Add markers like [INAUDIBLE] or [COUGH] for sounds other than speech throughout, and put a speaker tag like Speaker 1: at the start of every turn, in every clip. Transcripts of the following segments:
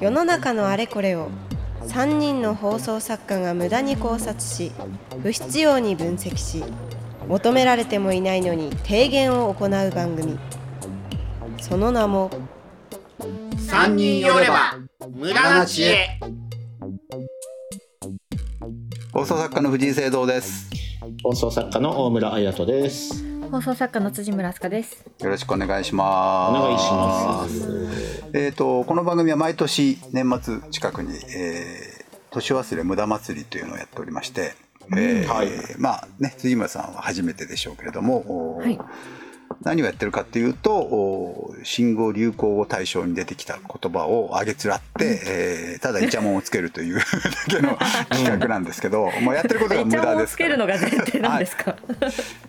Speaker 1: 世の中のあれこれを3人の放送作家が無駄に考察し不必要に分析し求められてもいないのに提言を行う番組その名も
Speaker 2: 三人寄れば無駄な知恵
Speaker 3: 放送作家の藤井聖堂です。
Speaker 4: 放送作家の大村彩人です。
Speaker 5: 放送作家の辻村すかです。
Speaker 3: よろしくお願いし
Speaker 4: お
Speaker 3: ます。
Speaker 4: 願いします。
Speaker 3: す。えっ、とこの番組は毎年年末近くに、えー年忘れ無駄祭りというのをやっておりまして、えー
Speaker 4: はい
Speaker 3: まあね辻村さんは初めてでしょうけれども、お
Speaker 5: はい
Speaker 3: 何をやってるかっていうとお新語流行を対象に出てきた言葉をあげつらって、えーただイチャモンをつけるという [LAUGHS] だけの企画なんですけ
Speaker 5: [LAUGHS]
Speaker 3: ど、もうやってることが無
Speaker 5: ちゃ
Speaker 3: 駄
Speaker 5: ん
Speaker 3: で
Speaker 5: を
Speaker 3: す
Speaker 5: つ
Speaker 3: か
Speaker 5: け
Speaker 3: ら
Speaker 5: るのが前提なんですか。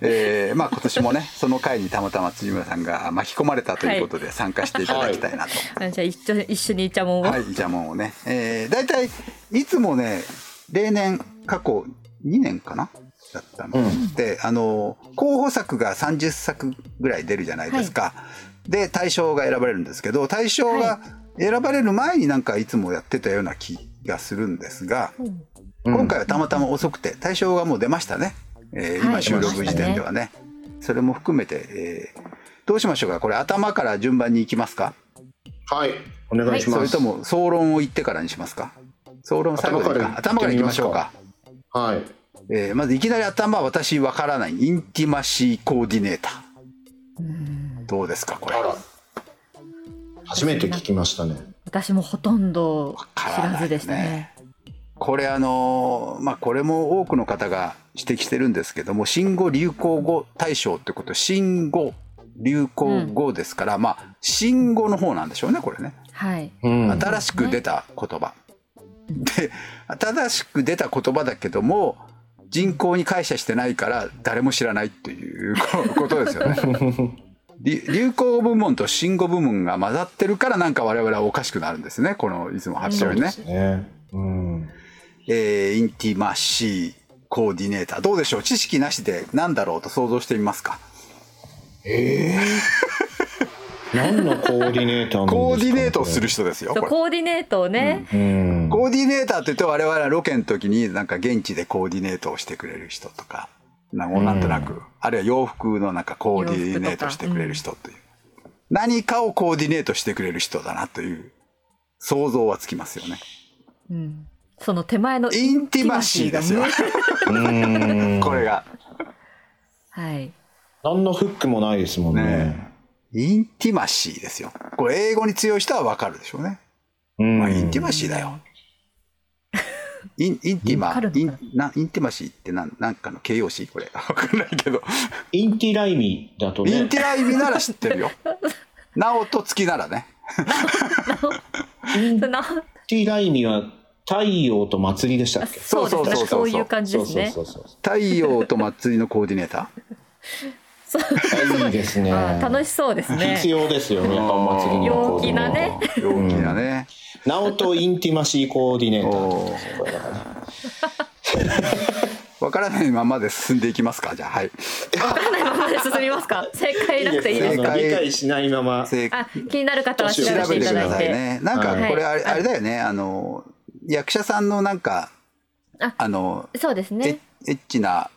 Speaker 3: えーまあ今年もね [LAUGHS] その回にたまたま辻村さんが巻き込まれたということで参加していただきたいなと。
Speaker 5: あ [LAUGHS] じゃあ一緒一緒にイチャモンを。
Speaker 3: はい、じゃあもうね、えー、大体いつもね例年過去2年かなだったの、
Speaker 4: うん
Speaker 3: であの候補作が30作ぐらい出るじゃないですか、で大賞が選ばれるんですけど大賞が選ばれる前になんかいつもやってたような気がするんですが、今回はたまたま遅くて大賞がもう出ましたね、えー
Speaker 5: は
Speaker 3: 今
Speaker 5: い
Speaker 3: 収録時点ではね,、それも含めて、えーどうしましょうかこれ頭から順番に行きますか
Speaker 2: はい
Speaker 4: お願いし
Speaker 3: そ
Speaker 4: ま
Speaker 3: れ
Speaker 4: す。
Speaker 3: とも総論を言ってからにしますか総論最後でいいか頭
Speaker 4: 頭
Speaker 3: か
Speaker 4: からら
Speaker 3: い
Speaker 4: い
Speaker 3: き
Speaker 4: き
Speaker 3: ま
Speaker 4: ま
Speaker 3: し
Speaker 4: し
Speaker 3: ょ
Speaker 4: ょ
Speaker 3: う
Speaker 4: う
Speaker 3: か
Speaker 4: かはい。
Speaker 3: ま,、えーまずいきなり頭は私わからないインティマシーコーディネーターどうですかこ
Speaker 4: あ
Speaker 3: れ
Speaker 4: ら。初めて聞きましたね。
Speaker 5: 私もほとんど知らずでしたね。
Speaker 3: これあのーまあこれも多くの方が指摘してるんですけども新語・流行語大賞ってこと新語流行語ですから、まあ新語の方なんでしょうねこれね
Speaker 5: はい。
Speaker 4: うん
Speaker 3: 新しく出た言葉、で新しく出た言葉だけども人口に解釈してないから誰も知らないっていうこことです
Speaker 4: [LAUGHS]
Speaker 3: よね。り流行部門と新語部門が混ざってるからなんか我々はおかしくなるんですねこのいつも発
Speaker 4: そう
Speaker 3: 表に
Speaker 4: です、
Speaker 3: ね
Speaker 4: ね。うん。
Speaker 3: えーインティマシーコーディネーターどうでしょう知識なしで何だろうと想像してみますか
Speaker 4: ええ。何のコーディネーターなんですか
Speaker 3: コーディネートをする。人ですよ
Speaker 5: そう
Speaker 3: これ
Speaker 5: コーディネートをね。
Speaker 4: うん。
Speaker 3: コーディネーターって言って我々はロケの時になんか現地でコーディネートをしてくれる人とか、なんかなんとなく、あるいは洋服のなんかコーディネートしてくれる人という、何かをコーディネートしてくれる人だなという想像はつきますよね。
Speaker 5: うん。その手前の
Speaker 3: インティマシーですよ
Speaker 5: インティマシ、
Speaker 4: うん。
Speaker 3: これ。が。
Speaker 5: はい。
Speaker 4: 何のフックもないですもん
Speaker 3: ね
Speaker 4: ね。
Speaker 3: インティマシーですよ。これ英語に強い人はわかるでしょうね。
Speaker 4: うん
Speaker 3: まあ、インティマシーだよ。インインティ
Speaker 5: わ
Speaker 3: マ
Speaker 5: かるのか
Speaker 3: イ
Speaker 5: な
Speaker 3: ンなインティマシーってなんなんかの形容詞これ。 [LAUGHS] わかんないけど。
Speaker 4: インティライミだとね。
Speaker 3: インティライミなら知ってる
Speaker 5: [LAUGHS]
Speaker 3: よ。ナオと月ならね。
Speaker 4: イン
Speaker 5: その
Speaker 4: ティライミは太陽と祭りでしたっけ
Speaker 5: そうです
Speaker 3: そうそうそうそう
Speaker 5: ね。そういう感じですね。
Speaker 4: そうそうそうそう
Speaker 3: 太陽と祭りのコーディネータ
Speaker 4: あいいですね。
Speaker 5: あー楽しそうですね
Speaker 4: 必。要ですよね。やっぱお祭りにはこう
Speaker 5: 陽気なね。
Speaker 3: ー。陽気だね。
Speaker 4: ナオトインティマシーコーディネーター。
Speaker 3: おーわからないままで進んでいきますか。じゃあはい。
Speaker 5: わからない [LAUGHS] ままで進みますか。正解なくていいです
Speaker 4: あの
Speaker 3: ね
Speaker 5: す。
Speaker 3: 正解
Speaker 4: 理解しないまま。
Speaker 3: 正
Speaker 5: あ、気になる方は調
Speaker 3: 調
Speaker 5: べ
Speaker 3: べ
Speaker 5: て
Speaker 3: て
Speaker 5: い
Speaker 3: く
Speaker 5: た
Speaker 3: だ
Speaker 5: だ
Speaker 3: さ
Speaker 5: い
Speaker 3: い
Speaker 5: て。
Speaker 3: ね。なんかこれあれ
Speaker 5: はい
Speaker 3: あれだよね。あの役者さんのなんか
Speaker 5: あ
Speaker 3: あの
Speaker 5: そうです
Speaker 3: エ
Speaker 5: ね。
Speaker 3: ッチな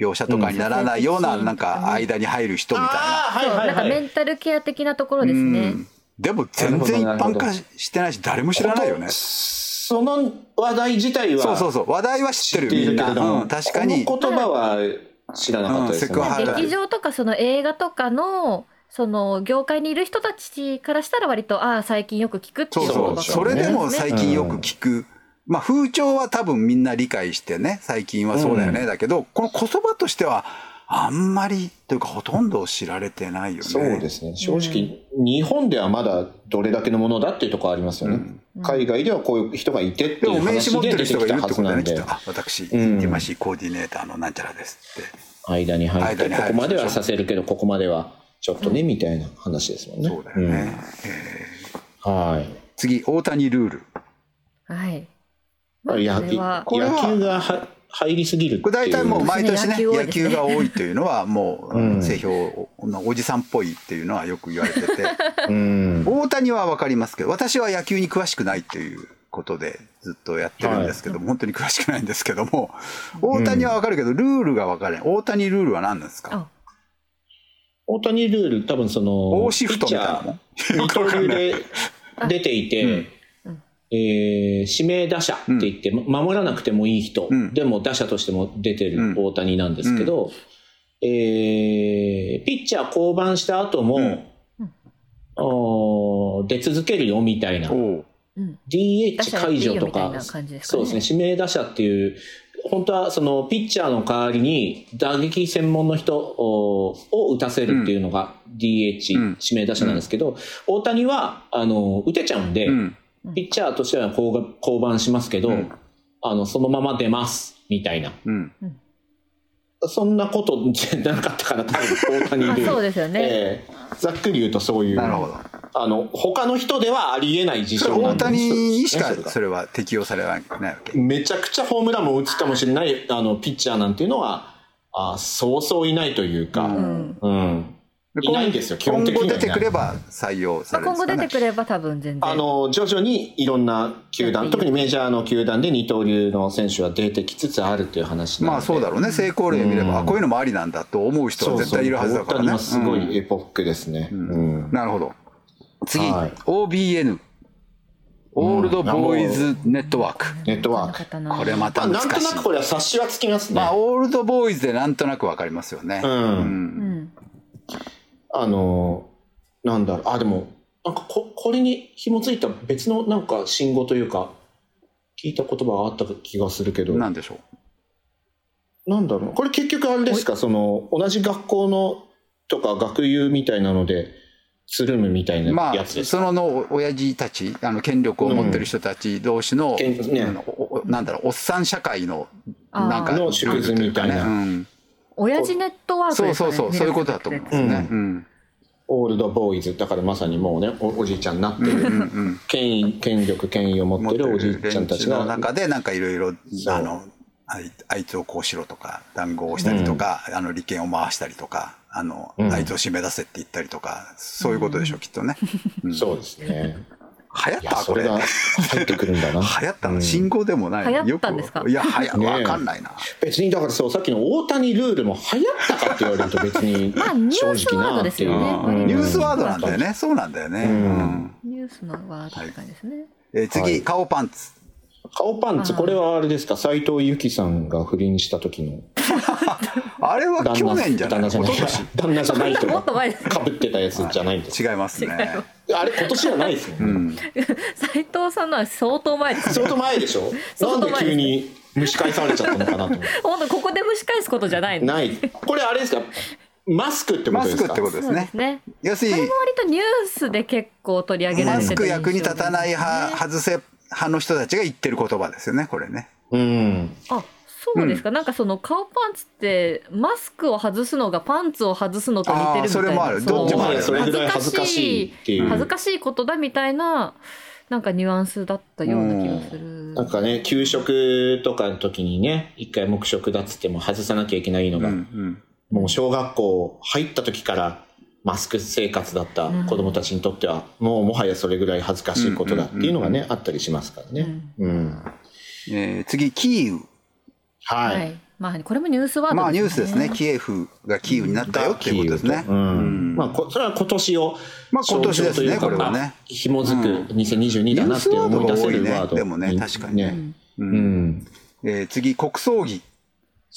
Speaker 3: 描写とかにならないような
Speaker 5: うん
Speaker 3: なんか間に入る人みたいな。
Speaker 4: ああ
Speaker 5: そう、
Speaker 4: はい
Speaker 5: なんか
Speaker 4: はいは
Speaker 5: メ
Speaker 4: い。
Speaker 5: ンタルケア的なところですね。
Speaker 3: でも全然一般化ししてないし誰も知らないよね。
Speaker 4: その話題自体は
Speaker 3: そうそうそう話題は知ってる
Speaker 4: 知ってい
Speaker 3: みん
Speaker 4: るけれども
Speaker 3: な、うん、確かに
Speaker 4: この言葉は知らなかったです
Speaker 3: うん
Speaker 4: ね。
Speaker 3: セクハラ
Speaker 5: 劇場とかその映画とかのその業界にいる人たちからしたら割とああ最近よく聞くって
Speaker 3: そ
Speaker 5: いうう
Speaker 3: そ
Speaker 5: 言
Speaker 3: う
Speaker 5: 葉
Speaker 3: そ
Speaker 4: ね
Speaker 3: れでも
Speaker 5: ですね
Speaker 3: 最近よく聞く、まあ風潮は多分みんな理解してね最近はそうだよね、
Speaker 4: う
Speaker 3: だけどこの言葉としてはあんまりというかほとんど知られてないよね
Speaker 4: そうですすね。正直、日本ではまだどれだけのものだっていうところありますよね。海外ではこういう人がいてって
Speaker 3: で
Speaker 4: い
Speaker 3: も
Speaker 4: う
Speaker 3: 名
Speaker 4: 話
Speaker 3: 刺持っ
Speaker 4: で
Speaker 3: てる
Speaker 4: 出て
Speaker 3: 人が
Speaker 4: き
Speaker 3: い
Speaker 4: た
Speaker 3: るっ
Speaker 4: はず
Speaker 3: てことだ
Speaker 4: な
Speaker 3: ね
Speaker 4: ん
Speaker 3: きっ
Speaker 4: で
Speaker 3: と、あ私、イン
Speaker 4: ん
Speaker 3: ティマシーコーディネーターのなんちゃらですって
Speaker 4: 間に入っ
Speaker 3: 間
Speaker 4: て
Speaker 3: に
Speaker 4: こ
Speaker 3: 入る
Speaker 4: こまではさせるけどここまではちょっとねみたいな話ですもんね。
Speaker 3: そうだよね、
Speaker 4: んはい。
Speaker 3: 次大谷ルール
Speaker 5: はい。
Speaker 4: や
Speaker 5: これは
Speaker 4: 野球がは入りすぎるっていう。
Speaker 3: これ大体もう毎年ね
Speaker 5: そうですね
Speaker 3: 野球が多いというのはもう、
Speaker 4: うん
Speaker 3: 正評のおじさんっぽいっていうのはよく言われ
Speaker 5: [LAUGHS]
Speaker 3: てて
Speaker 4: うん。
Speaker 3: 大谷は分かりますけど私は野球に詳しくないということでずっとやってるんですけども、本当に詳しくないんですけども大谷は分かるけどルールが分からない大谷ルールは何なんですか
Speaker 5: あ
Speaker 4: 大谷ルール、多分その、
Speaker 3: 大シフトみたいなもん
Speaker 4: ピッチャー二刀流で出ていて、
Speaker 5: うん
Speaker 4: えー指名打者って言って、ま守らなくてもいい人、
Speaker 3: うん
Speaker 4: でも打者としても出て
Speaker 3: う
Speaker 4: る
Speaker 3: ん
Speaker 4: 大谷なんですけど、えーピッチャー降板した後も、
Speaker 3: うん
Speaker 4: おー出続けるよみたいな、
Speaker 3: おう
Speaker 5: うん、打
Speaker 4: DH
Speaker 5: 者
Speaker 4: 解除と
Speaker 5: みたい
Speaker 4: か
Speaker 5: な、感じですか
Speaker 4: そう
Speaker 5: ね。
Speaker 4: ですね、指名打者っていう、本当はそのピッチャーの代わりに打撃専門の人おを打たせるっていうのが DH、
Speaker 3: うん
Speaker 4: 指名打者なんですけど、大谷はあの打てちゃうんで、
Speaker 3: うん
Speaker 4: ピッチャーとしては降が降板しますけど、
Speaker 3: うん
Speaker 4: あのそのまま出ますみたいな、
Speaker 3: うん
Speaker 4: そんなことじゃなかったから、多分大谷ル
Speaker 5: [LAUGHS] あ
Speaker 4: ール
Speaker 5: そうですよね。
Speaker 4: ええざっくり言うとそういう
Speaker 3: なるほど
Speaker 4: あの他の人ではありえない事
Speaker 3: それ
Speaker 4: 象な
Speaker 3: 大
Speaker 4: んです
Speaker 3: 谷にしか
Speaker 4: ねそれが
Speaker 3: それは適用されないわけ
Speaker 4: めちゃくちゃホームランも打つかもしれないあのピッチャーなんていうのはあそうそういないというか、
Speaker 5: う
Speaker 4: うん
Speaker 5: ん
Speaker 4: いないんですよ基本
Speaker 3: 今
Speaker 4: 的にはいな
Speaker 3: 後出
Speaker 4: い
Speaker 3: てくれば採用
Speaker 5: ま
Speaker 3: さ
Speaker 5: あ、
Speaker 3: れるん
Speaker 5: 今
Speaker 3: ですか
Speaker 5: 後出て
Speaker 3: ね
Speaker 5: くれば多分全然。
Speaker 4: あの徐々にいろんな球団特にメジャーの球団で二刀流の選手は出てきつつあるという話なので
Speaker 3: まあそうだろうね成功例を見れば
Speaker 4: うん
Speaker 3: あこういうのもありなんだと思う人は絶対いるはずだから
Speaker 4: そうそう大谷
Speaker 3: ね
Speaker 4: はすご
Speaker 3: うん
Speaker 4: いエポックですね、
Speaker 3: うん
Speaker 4: うん
Speaker 3: なるほど。次、
Speaker 4: はい
Speaker 3: OBN、オールドボーイズネットワーク。
Speaker 4: ネットワーク
Speaker 5: ク
Speaker 3: これま
Speaker 4: ま
Speaker 3: た
Speaker 4: あ、
Speaker 3: 難
Speaker 4: な
Speaker 3: し
Speaker 4: んと
Speaker 3: い
Speaker 4: なく。これは察しはつきますね、
Speaker 3: まあ、オールドボーイズでなんとなくわかりますよね。
Speaker 4: うん
Speaker 5: うん。
Speaker 4: あのーなんだろうあでもなんかここれに紐づいた別のなんか信号というか聞いた言葉があった気がするけど
Speaker 3: なんでしょ。
Speaker 4: なんだろうこれ結局あれですかその同じ学校のとか学友みたいなのでつるむみたいう
Speaker 3: ま
Speaker 4: な
Speaker 3: あ、
Speaker 4: やつですか、
Speaker 3: そのの親父たち、あの権力を持ってる人たち同士の、
Speaker 4: けんね
Speaker 3: あのおおなんだろう、おっさん社会の、
Speaker 5: あー
Speaker 3: なんか、
Speaker 4: の縮図みたいな
Speaker 3: ルールとうかね
Speaker 5: 親父ネットワ
Speaker 3: う
Speaker 5: ー
Speaker 3: ん
Speaker 5: ク
Speaker 3: そう
Speaker 5: ですか
Speaker 3: そうそ
Speaker 5: ね
Speaker 3: う、そういうことだと思うんですね。うん。
Speaker 4: オールドボーイズだからまさにもうねおおじいちゃんになって
Speaker 3: うん
Speaker 4: る、
Speaker 3: うんうん。
Speaker 4: 権威権力権威を持
Speaker 3: 持
Speaker 4: っ
Speaker 3: ってて
Speaker 4: る
Speaker 3: る
Speaker 4: お
Speaker 3: お
Speaker 4: じ
Speaker 3: じ
Speaker 4: い
Speaker 3: い
Speaker 4: ち
Speaker 3: ち
Speaker 4: ゃ
Speaker 3: ゃ
Speaker 4: ん
Speaker 3: ん
Speaker 4: た
Speaker 3: た
Speaker 4: ち
Speaker 3: ち
Speaker 4: が
Speaker 3: の中でなんかいろいろ
Speaker 4: そう
Speaker 3: あのあいあいつをこうしろとか談合をしたりとか、あの利権を回したりとかあの、
Speaker 4: うん
Speaker 3: あいつを締め出せって言ったりとかそういうことでしょうきっとね、うん流
Speaker 4: [LAUGHS]
Speaker 3: 行
Speaker 4: そうですね
Speaker 3: っ
Speaker 4: いや
Speaker 3: た
Speaker 4: そ
Speaker 3: これ
Speaker 4: れが
Speaker 3: 流
Speaker 4: 入ってくるん
Speaker 3: [LAUGHS]
Speaker 4: だな
Speaker 3: 行った
Speaker 4: う
Speaker 3: の
Speaker 4: ん
Speaker 3: 信号でもない
Speaker 5: 流行ったんですか
Speaker 3: よくいやはや
Speaker 4: ねえ
Speaker 3: わかんないな、
Speaker 4: 別にだからそうさっきの大谷ルールも流行ったかって言われると別に
Speaker 5: [LAUGHS] まあニュース
Speaker 4: 正直
Speaker 5: ワー
Speaker 4: なっ
Speaker 5: ドで
Speaker 4: て
Speaker 5: す
Speaker 4: い
Speaker 5: よ
Speaker 4: う
Speaker 5: ね
Speaker 4: うん
Speaker 5: 割と
Speaker 3: ニュースワードなんだよねそうなんだよね、
Speaker 4: うん
Speaker 3: うん
Speaker 5: ニュースのワードって感じですね。
Speaker 3: えー次、
Speaker 4: はい
Speaker 3: 顔パンツ
Speaker 4: 顔パンツ
Speaker 5: あー
Speaker 4: これはあれですか斎藤由貴さんが不倫した時の
Speaker 3: あれは
Speaker 4: 旦
Speaker 3: 去
Speaker 4: 那
Speaker 3: 年じゃない
Speaker 4: 旦那じゃない
Speaker 3: 一昨年
Speaker 4: 旦那じゃないと
Speaker 5: もっ
Speaker 4: か
Speaker 5: と前です。
Speaker 4: かぶってたやつじゃないんです
Speaker 3: 違いますね
Speaker 4: あれ今年じゃないですよ
Speaker 3: う
Speaker 4: ね
Speaker 3: ん、
Speaker 5: [LAUGHS] 斉藤さんのは相当前です。
Speaker 4: 相当前でしょな
Speaker 5: 相
Speaker 4: ん
Speaker 5: 当
Speaker 4: で
Speaker 5: 前です
Speaker 4: 急に蒸し返されちゃったのかなと思っ
Speaker 5: 本当ここで蒸し返すことじゃない
Speaker 4: て
Speaker 5: の。
Speaker 4: ないこれあれですかマスクってこ
Speaker 3: マ
Speaker 4: とで
Speaker 3: ス
Speaker 4: す
Speaker 3: ク
Speaker 4: か
Speaker 3: ってことですね
Speaker 5: ね。
Speaker 3: 要する
Speaker 5: それ
Speaker 3: に
Speaker 5: も割とニュースで結構取り上げ
Speaker 3: マ
Speaker 5: られて
Speaker 3: ス
Speaker 5: た
Speaker 3: ク
Speaker 5: 印象
Speaker 3: 役に立たない
Speaker 5: ですね
Speaker 3: 派、外せ派の人たちが言ってる言葉ですよね、これね。
Speaker 4: うん
Speaker 5: あそうですか、なんかその顔パンツってマスクを外すのがパンツを外すのと似てるみたいな
Speaker 3: あーそれもある
Speaker 5: その
Speaker 3: どっち
Speaker 4: も
Speaker 3: あ
Speaker 4: は
Speaker 3: る
Speaker 4: やそれぐらい恥ずかしいっていう
Speaker 5: 恥ずかしいことだみたいななんかニュアンスだったような気がする
Speaker 4: なんかね給食とかの時にね一回黙食だっつっても外さなきゃいけないの
Speaker 3: うんう
Speaker 4: が
Speaker 3: ん。
Speaker 4: もう小学校入った時からマスク生活だった子供たちにとっては、もうもはやそれぐらい恥ずかしいことだっていうのがね、あったりしますからね。うん。
Speaker 3: えー次、キー
Speaker 4: は。
Speaker 5: はいい、まあこれもニュースワー
Speaker 3: ウ。
Speaker 5: ド
Speaker 3: まあニュースですね。キエフがキーウになったよっていうことですね。
Speaker 4: うん
Speaker 3: うん
Speaker 4: まあ、こそれは今年を、
Speaker 3: まあ今年ですね
Speaker 4: 象徴というか
Speaker 3: これはね
Speaker 4: まあ紐づく2022だなって思い出せるワード。
Speaker 3: ニュースワードが多いねでもね確かに
Speaker 5: う
Speaker 4: ね
Speaker 5: ん
Speaker 4: う
Speaker 3: うん
Speaker 4: ん。
Speaker 3: えー次、国葬儀。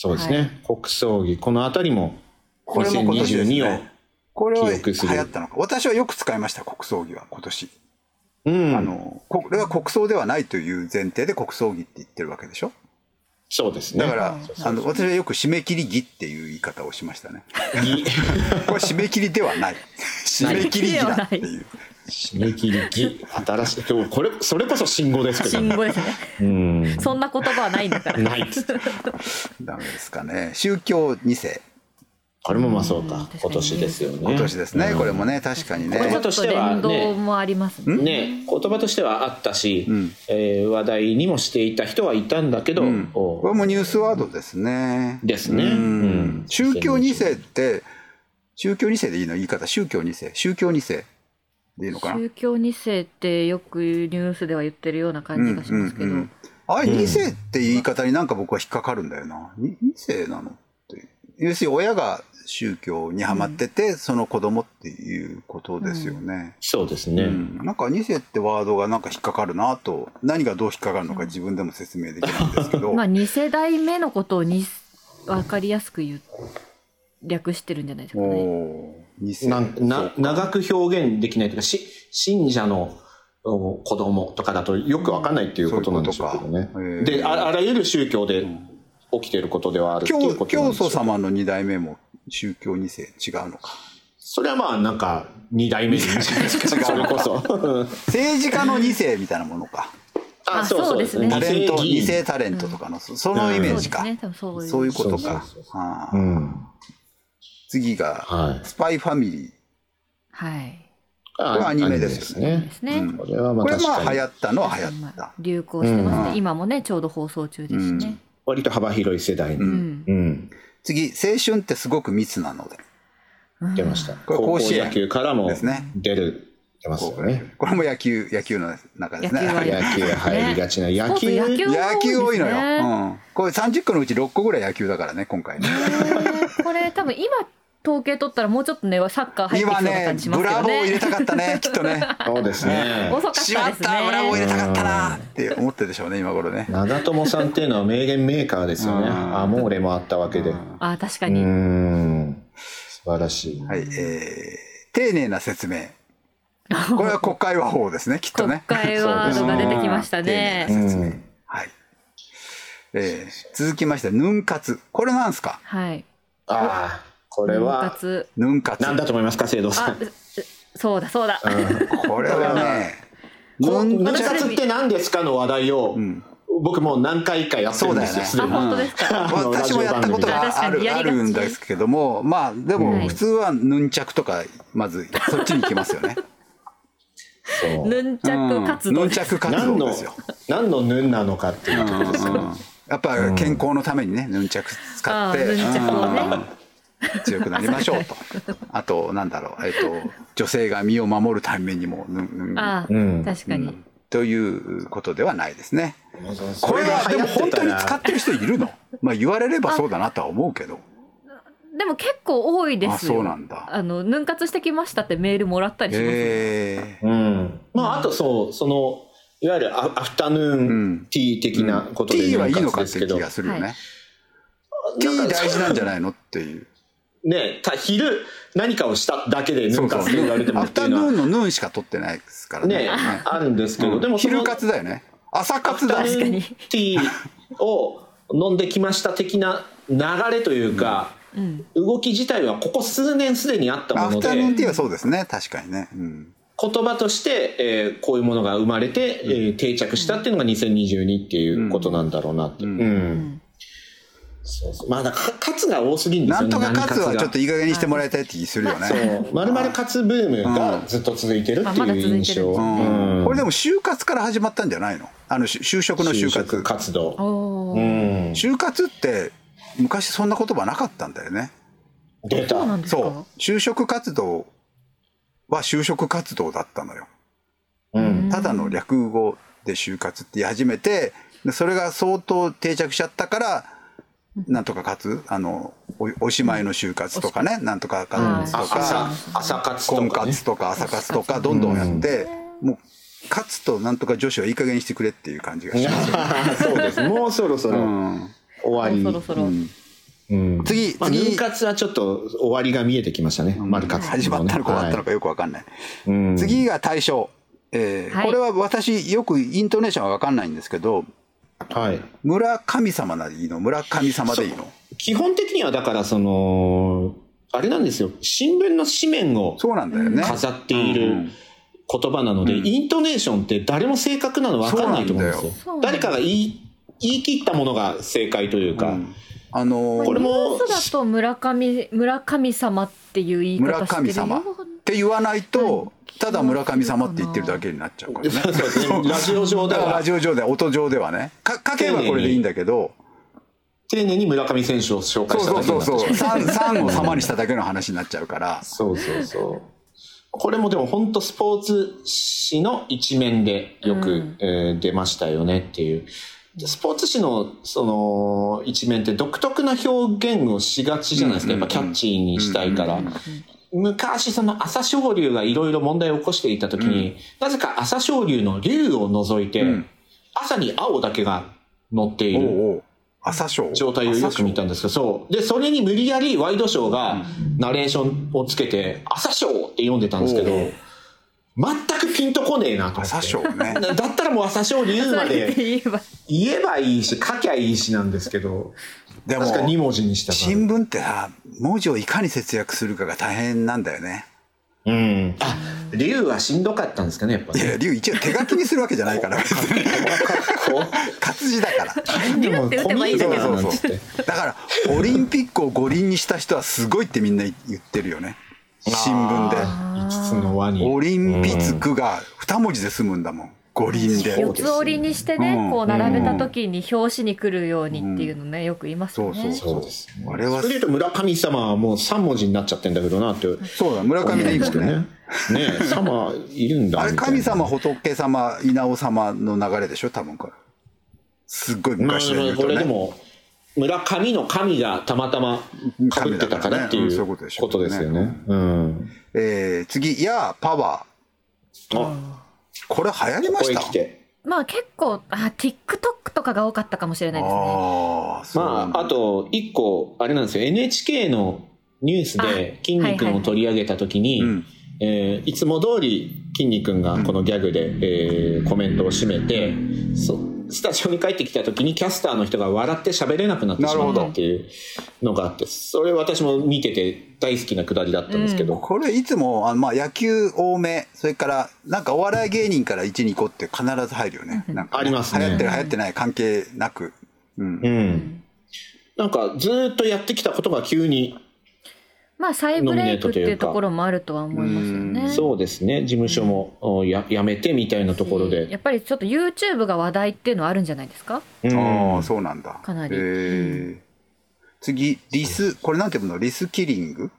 Speaker 4: そうですね。
Speaker 5: は
Speaker 4: 国葬儀、このあたりも、
Speaker 3: これも今年です
Speaker 4: 2022を、
Speaker 3: ね。これは
Speaker 4: 記
Speaker 3: 流
Speaker 4: 憶する
Speaker 3: 行ったのか。私はよく使いました、国葬儀は今年。
Speaker 4: うん。
Speaker 3: あの、これは国葬ではないという前提で国葬儀って言ってるわけでしょ。
Speaker 4: そうですね。
Speaker 3: だから
Speaker 5: ね、
Speaker 3: あの、私はよく締め切り儀っていう言い方をしました [LAUGHS] ね。
Speaker 4: 儀
Speaker 3: これ締め切りではない。締め切り儀だっていう。
Speaker 4: 締め切り儀、新しい。今日これ、それこそ信号ですけど
Speaker 5: 新
Speaker 4: ね。
Speaker 5: 語ですね
Speaker 4: うん。
Speaker 5: そんな言葉はないんだから
Speaker 4: ないっつって
Speaker 3: ダメですかね。宗教2世。
Speaker 4: これもまあそう
Speaker 5: うん
Speaker 4: か
Speaker 5: 確かに
Speaker 4: 今年ですよね
Speaker 3: 今年ですね、
Speaker 4: うん
Speaker 3: これもね確かにね
Speaker 4: これ
Speaker 5: ちょ
Speaker 4: ま
Speaker 5: った
Speaker 4: としてはね
Speaker 5: と連動もありますね。
Speaker 4: ね言葉としてはあったし、
Speaker 3: うん
Speaker 4: えー話題にもしていた人はいたんだけど、
Speaker 3: うん
Speaker 4: お
Speaker 3: これもニュースワードですね。
Speaker 4: ですね
Speaker 3: うん
Speaker 4: うん
Speaker 3: 宗教2世って、宗教2世でいいの言い方、宗教2世、宗教2世でいいのかな。
Speaker 5: 宗教2世ってよくニュースでは言ってるような感じがしますけど、
Speaker 3: うんうんうんあれ、2世って言い方になんか僕は引っかかるんだよな。2世なのって。要するに親が宗教にはまってて、その子供っていうことですよね。
Speaker 4: そうですね、
Speaker 3: うんなんか2世ってワードがなんか引っかかるなと、何がどう引っかかるのか自分でも説明できないんですけど。
Speaker 5: [LAUGHS] まあ2世代目のことをに分かりやすく言う略してるんじゃないですかね。
Speaker 3: おー2世。
Speaker 4: なんな長く表現できないというかし信者のお子供とかだとよくわかんないっていうことなんでしょうけどね
Speaker 3: そういうことかへー
Speaker 4: でああらゆる宗教で起きていることではあるっていう
Speaker 3: 教
Speaker 4: ことなん
Speaker 3: 教
Speaker 4: でしょ
Speaker 3: 祖
Speaker 4: う
Speaker 3: 様の二代目も宗教二世違うのか
Speaker 4: それはまあなんか二代目じゃないですか [LAUGHS] それこそ
Speaker 3: 政治家の二世みたいなものか
Speaker 5: あそうですね
Speaker 3: タレント
Speaker 4: 二世議員
Speaker 3: 二世タレントとかの、そそのイメージか、
Speaker 5: そうですね多分そういう
Speaker 3: そういうことか
Speaker 4: そうそうそ
Speaker 3: あ
Speaker 4: う
Speaker 3: ー
Speaker 4: ん
Speaker 3: 次が
Speaker 4: は
Speaker 3: 「
Speaker 4: い
Speaker 3: スパイファミリー
Speaker 5: はい。
Speaker 4: あ
Speaker 3: れはアニメですよね
Speaker 4: アニメ
Speaker 5: で
Speaker 4: です
Speaker 5: ね。
Speaker 3: うん
Speaker 4: これは」まあ
Speaker 3: これ
Speaker 4: 確
Speaker 3: ま
Speaker 4: か
Speaker 3: あ
Speaker 4: に
Speaker 3: 流行ったのは流行った、
Speaker 5: 流行してますね、
Speaker 3: うん
Speaker 5: 今もねちょうど放送中ですしね。
Speaker 4: 割と幅広い世代に、
Speaker 3: う
Speaker 5: うんん。
Speaker 4: うん
Speaker 3: 次「青春ってすごく密なので
Speaker 5: うん
Speaker 4: 出ました、
Speaker 3: これ
Speaker 4: 高
Speaker 3: 甲
Speaker 4: 校
Speaker 3: 子園
Speaker 4: 野球から」も
Speaker 3: ですね
Speaker 4: 出る出ますよね
Speaker 3: これも野球野球の中ですね
Speaker 5: 野球
Speaker 4: 野
Speaker 5: は
Speaker 4: 球が入りがちな野球
Speaker 5: スポーツ野球
Speaker 3: 野球多いのよ、
Speaker 5: 多いですね
Speaker 3: うん、これ30個のうち6個ぐらい野球だからね今回ね
Speaker 5: えー [LAUGHS] これ多分今統計取ったらもうちょっとねサッカー入ってき
Speaker 3: 今
Speaker 5: そうな
Speaker 3: ね
Speaker 5: 感じします
Speaker 3: ブ
Speaker 5: け
Speaker 3: ラ
Speaker 5: どね。
Speaker 3: ボー入れたかった
Speaker 5: [LAUGHS]
Speaker 3: ねきっとね
Speaker 4: そうですね
Speaker 5: 遅かったです
Speaker 3: し
Speaker 5: ね。
Speaker 3: まったブラボー入れたかったなって思ってるでしょうね今頃ね
Speaker 4: 長友さんっていうのは名言メーカーですよね
Speaker 3: うん
Speaker 4: あもう俺もあったわけで
Speaker 5: あー確か
Speaker 4: う
Speaker 5: に。
Speaker 4: ん素晴らしい、
Speaker 3: はい、えー、丁寧な説
Speaker 5: [LAUGHS]
Speaker 3: 明。これは国会和法ですね、きっと
Speaker 5: 国
Speaker 3: ね。
Speaker 5: 会ワードが出てきました
Speaker 3: う
Speaker 5: ね。
Speaker 3: ん
Speaker 4: うん
Speaker 3: はい。えー、続きまして、ヌン活。これなんすか
Speaker 5: はい。
Speaker 4: ああこ
Speaker 5: こ
Speaker 4: れは
Speaker 3: ヌン活。
Speaker 4: 何だと思いますか聖堂さん、
Speaker 5: あううそうだそうだ。
Speaker 3: これはね、
Speaker 4: こ
Speaker 3: ヌン
Speaker 4: の
Speaker 3: チ
Speaker 4: 部
Speaker 3: ャ
Speaker 4: 活って何ですかの話題を、
Speaker 3: ん
Speaker 4: 僕もう何回かやってるんですよ
Speaker 3: そう
Speaker 5: あ
Speaker 3: だよね
Speaker 5: 本当ですか。
Speaker 4: あの
Speaker 3: 私もやったこと
Speaker 5: ラジオ
Speaker 3: があ
Speaker 5: 番組
Speaker 3: る
Speaker 5: で
Speaker 3: あるんですけども、まあ、で
Speaker 4: う
Speaker 3: も、
Speaker 4: ん
Speaker 3: 普通はヌンチャクとか、まず、そっちに行きますよね。
Speaker 4: そう
Speaker 5: ヌンチャク活
Speaker 3: うん
Speaker 5: 動
Speaker 3: ヌ
Speaker 5: で
Speaker 3: ンチャ
Speaker 5: す。
Speaker 3: ク活
Speaker 4: 何
Speaker 3: 動
Speaker 4: の
Speaker 3: ですよ。
Speaker 4: 何のヌンなのかっていうところですよね
Speaker 3: やっぱ健康のためにね、ヌンチャク使って、
Speaker 5: あーヌンチャクをね
Speaker 3: うん強くなりましょうと。あと、なんだろう、えっ、と、女性が身を守るためにも、ヌンヌン
Speaker 5: あ
Speaker 4: う
Speaker 5: ー
Speaker 4: ん
Speaker 5: 確かに。
Speaker 3: ということではないですね。こ
Speaker 4: こ
Speaker 3: れ
Speaker 4: れ
Speaker 3: は
Speaker 4: が
Speaker 3: で
Speaker 4: でも
Speaker 3: も本
Speaker 4: 本
Speaker 3: 当
Speaker 4: 当
Speaker 3: に
Speaker 4: に
Speaker 3: 使
Speaker 4: 使
Speaker 3: っ
Speaker 4: って
Speaker 3: る人いるのまあ言われればそうだなとは思うけど。
Speaker 5: でも結構多いで
Speaker 3: あ、
Speaker 5: すよ。
Speaker 3: そうなんだ。
Speaker 5: あのヌン活してきましたってメールもらったりします。
Speaker 3: へえ。
Speaker 4: うんまああとそうそのいわゆるアアフタヌ
Speaker 3: う
Speaker 4: ーン
Speaker 3: ん
Speaker 4: ティー的なことで
Speaker 3: T はいい
Speaker 4: ヌン
Speaker 3: の
Speaker 4: 活
Speaker 3: かっ
Speaker 4: です
Speaker 3: て
Speaker 4: けど
Speaker 3: 気がするよ
Speaker 5: は
Speaker 3: ね
Speaker 5: い。
Speaker 3: T
Speaker 4: なんか
Speaker 3: 大事なんじゃないのっていう。
Speaker 4: ねた昼何かをしただけでヌン活って言われても
Speaker 3: ア
Speaker 4: っ
Speaker 3: フ
Speaker 4: てい
Speaker 3: タ
Speaker 4: うの
Speaker 3: ヌー
Speaker 4: は
Speaker 3: ンのヌーンしか取ってないですからね。
Speaker 4: ねあるんですけど、
Speaker 3: うん
Speaker 4: でもその
Speaker 3: 昼活だよね。朝活だ。
Speaker 4: アフタヌーン
Speaker 5: に
Speaker 4: ティーを飲んできました的な流れというか、
Speaker 5: うん。
Speaker 4: 動き自体はここ数年すでにあった
Speaker 3: ア
Speaker 4: もの
Speaker 3: フ
Speaker 4: で
Speaker 3: タヌーンティーはそうですね、確かにね。うん。
Speaker 4: 言葉として、えーこういうものが生まれて、えー定着したっていうのが2022っていうことなんだろうなって。
Speaker 3: うん
Speaker 4: うんそうそうまあだからか数が多すぎるんで
Speaker 3: な
Speaker 4: すよ
Speaker 3: ん
Speaker 4: ね。
Speaker 3: とかカツはちょっと
Speaker 4: 何
Speaker 3: いい加減にしてもらいたいって気するよね。
Speaker 4: カツがそうまるまるカツブーム
Speaker 3: う
Speaker 4: が
Speaker 3: ん
Speaker 4: ずっと続いてるって
Speaker 5: まあまだ
Speaker 4: い
Speaker 5: 続
Speaker 4: う
Speaker 5: いて
Speaker 4: 印
Speaker 5: る
Speaker 4: 象。
Speaker 3: うんこれで
Speaker 4: も
Speaker 3: も就活から始まったんじゃないのあのし就職の就活
Speaker 4: 活活動。
Speaker 5: おお。
Speaker 4: うん
Speaker 3: 就活って昔そんな言葉なかったんだよね
Speaker 4: 出
Speaker 5: そうな
Speaker 4: た。
Speaker 5: んです
Speaker 3: そ
Speaker 5: か。
Speaker 3: う就職活動は就職活動だったのよ
Speaker 4: うん
Speaker 3: ただの略語で就活って言い始めてでそれが相当定着しちゃったからなんとか活あのおおしまいの就活とかねなんとか活
Speaker 4: あ
Speaker 3: とか
Speaker 4: 朝朝活とか、
Speaker 3: 婚
Speaker 4: ね、 [LAUGHS]
Speaker 3: 活とか朝活とかどんどんやってもう活となんとか女子はいい加減にしてくれっていう感じがしますよ
Speaker 4: そ
Speaker 3: ね
Speaker 4: うです。もうそろそうろ
Speaker 3: ん
Speaker 4: 終
Speaker 5: そ
Speaker 4: わ
Speaker 5: ろ
Speaker 4: り。
Speaker 5: そろ。
Speaker 4: うん
Speaker 3: 次
Speaker 4: まあ、
Speaker 3: 次
Speaker 4: ヌン活はちょっと終わりが見えてきましたね。丸活
Speaker 3: 始まったのか終わったの
Speaker 4: か。
Speaker 3: かよくわかんない、
Speaker 4: うん
Speaker 3: 次が対象、えー
Speaker 5: はい
Speaker 3: これは私よくイントネーションはわかんないんですけど
Speaker 4: はい。
Speaker 3: 村神様ならいいの村神様でいいの
Speaker 4: 基本的にはだからその、あれなんですよ。新聞の紙面を
Speaker 3: そうなんだよね
Speaker 4: 飾っている言葉なので、
Speaker 3: うん
Speaker 4: イントネーションって誰も正確なの分かんないと思うんですよ。
Speaker 5: そうなんだよ
Speaker 4: 誰かが言い言い切ったものが正解というか、
Speaker 3: うんあの
Speaker 4: これ
Speaker 3: っ
Speaker 4: も
Speaker 5: ニュースだと村上村神様っていう言い方してるよ
Speaker 3: 村神様て言わないと、ただ村神様って言ってるだけになっちゃうから
Speaker 4: [LAUGHS]
Speaker 3: ね。
Speaker 4: そうですねラジオ上で
Speaker 3: だから
Speaker 4: は
Speaker 3: ラジオ上では音上ではねか書けばこれでいいんだけど
Speaker 4: 丁寧に村上選手を紹
Speaker 3: そ
Speaker 4: 介
Speaker 3: う
Speaker 4: した
Speaker 3: そ
Speaker 4: だ
Speaker 3: う
Speaker 4: けになってしまう
Speaker 3: そうそう3三を様にしただけの話になっちゃうから
Speaker 4: そうそうそうこれもでも本当スポーツ紙の一面でよく、
Speaker 5: うん
Speaker 4: えー出ましたよねっていうスポーツ紙のその一面って独特な表現をしがちじゃないですか、
Speaker 3: うん
Speaker 4: やっぱキャッチーにしたいから、
Speaker 3: うん
Speaker 4: 昔その朝青龍がいろいろ問題を起こしていた時に、なぜか朝青龍の龍を除いて、
Speaker 3: うん
Speaker 4: 朝に青だけが乗ってい
Speaker 3: おう
Speaker 4: る
Speaker 3: おう朝ショー
Speaker 4: 状態をよく見たんですけどそうでそれに無理やりワイドショーがナレーションをつけて「朝ショー」って読んでたんですけど
Speaker 3: おう
Speaker 4: 全くピンとこねえなと思って
Speaker 3: 朝ショー
Speaker 4: [LAUGHS]
Speaker 3: ね
Speaker 4: だったらもう朝ショー理由
Speaker 5: そ
Speaker 4: ま
Speaker 5: れで
Speaker 4: で
Speaker 5: 言えば
Speaker 4: 言えばいいし書きゃいいしなんですけど
Speaker 3: でも
Speaker 4: 確か2文字にしたから
Speaker 3: 新聞ってさ文字をいかに節約するかが大変なんだよね
Speaker 4: うんあ龍はしんどかったんですかねやっぱ
Speaker 3: いや
Speaker 4: ね
Speaker 3: 龍一応手書きにするわけじゃないから別に
Speaker 4: こう
Speaker 3: 活字だから [LAUGHS]
Speaker 4: でも
Speaker 5: って打てばいい
Speaker 4: だ
Speaker 5: だ
Speaker 4: け
Speaker 5: け
Speaker 4: だ
Speaker 5: ど
Speaker 4: なんつって
Speaker 3: だからオリンピックを五輪にした人はすごいってみんな言ってるよね新聞で
Speaker 4: あー五つの輪に
Speaker 3: オリンピックが二文字で済むんだもん五輪で
Speaker 5: 四つ折りにしてね、
Speaker 3: うん
Speaker 5: こう並べた時に表紙に来るようにっていうのね、よく言いますよね。
Speaker 3: そう
Speaker 4: そうですね
Speaker 3: あれは
Speaker 4: それで言うと村神様はもう3文字になっちゃってんだけどなって
Speaker 3: そうだ村上でいいもんね
Speaker 4: ねえ様いるんだ
Speaker 3: あれ
Speaker 4: みたいな
Speaker 3: 神様仏様稲尾様の流れでしょ多分これすっごい
Speaker 4: まあ
Speaker 3: 昔で言う
Speaker 4: ことれで
Speaker 3: ね
Speaker 4: も村上の神がたまたまかぶってたからってい
Speaker 3: 神だからねうんそう
Speaker 4: う
Speaker 3: いうことでしょうね
Speaker 4: ことですよねうん
Speaker 3: えー次「やあパワ
Speaker 4: あ
Speaker 3: ー」これ流行りま
Speaker 4: こ
Speaker 3: し
Speaker 4: へ
Speaker 3: た
Speaker 4: 来て
Speaker 5: まあ結構あ TikTok とかが多かったかもしれないですね。
Speaker 3: ああそうな
Speaker 4: ま
Speaker 3: んだ
Speaker 4: ああと一個あれなんですよ NHK のニュースで
Speaker 5: あ
Speaker 4: 筋肉
Speaker 5: はい
Speaker 4: を
Speaker 5: はい
Speaker 4: 取り上げた時に、
Speaker 3: うん
Speaker 4: えーいつも通り筋肉がこのギャグで、えーコメントを締めてそスタジオに帰ってきた時にキャスターの人が笑って喋れなくなってしまったっていうのがあってそれ私も見てて大好きなくだりだったんですけど、
Speaker 3: これいつもあの、まあ、野球多めそれからなんかお笑い芸人から1に行こうって必ず入るよねなんか
Speaker 4: ありますね
Speaker 3: 流行ってる流行ってない関係なく、うん
Speaker 4: うん、なんかずーっとやってきたことが急に、
Speaker 5: まあ再ブレイ
Speaker 4: ノミネ
Speaker 5: クってい
Speaker 4: ー
Speaker 5: う
Speaker 4: トというか
Speaker 5: ところもあるとは思いますよね。
Speaker 4: そうですね事務所もおややめてみたいなところ
Speaker 5: や
Speaker 4: で、
Speaker 5: っぱりちょっと YouTube が話題っていうのはあるんじゃないですか
Speaker 4: うん
Speaker 3: ああそうなんだ
Speaker 5: かなり
Speaker 3: えー次リスこれなんて読むのリスキリング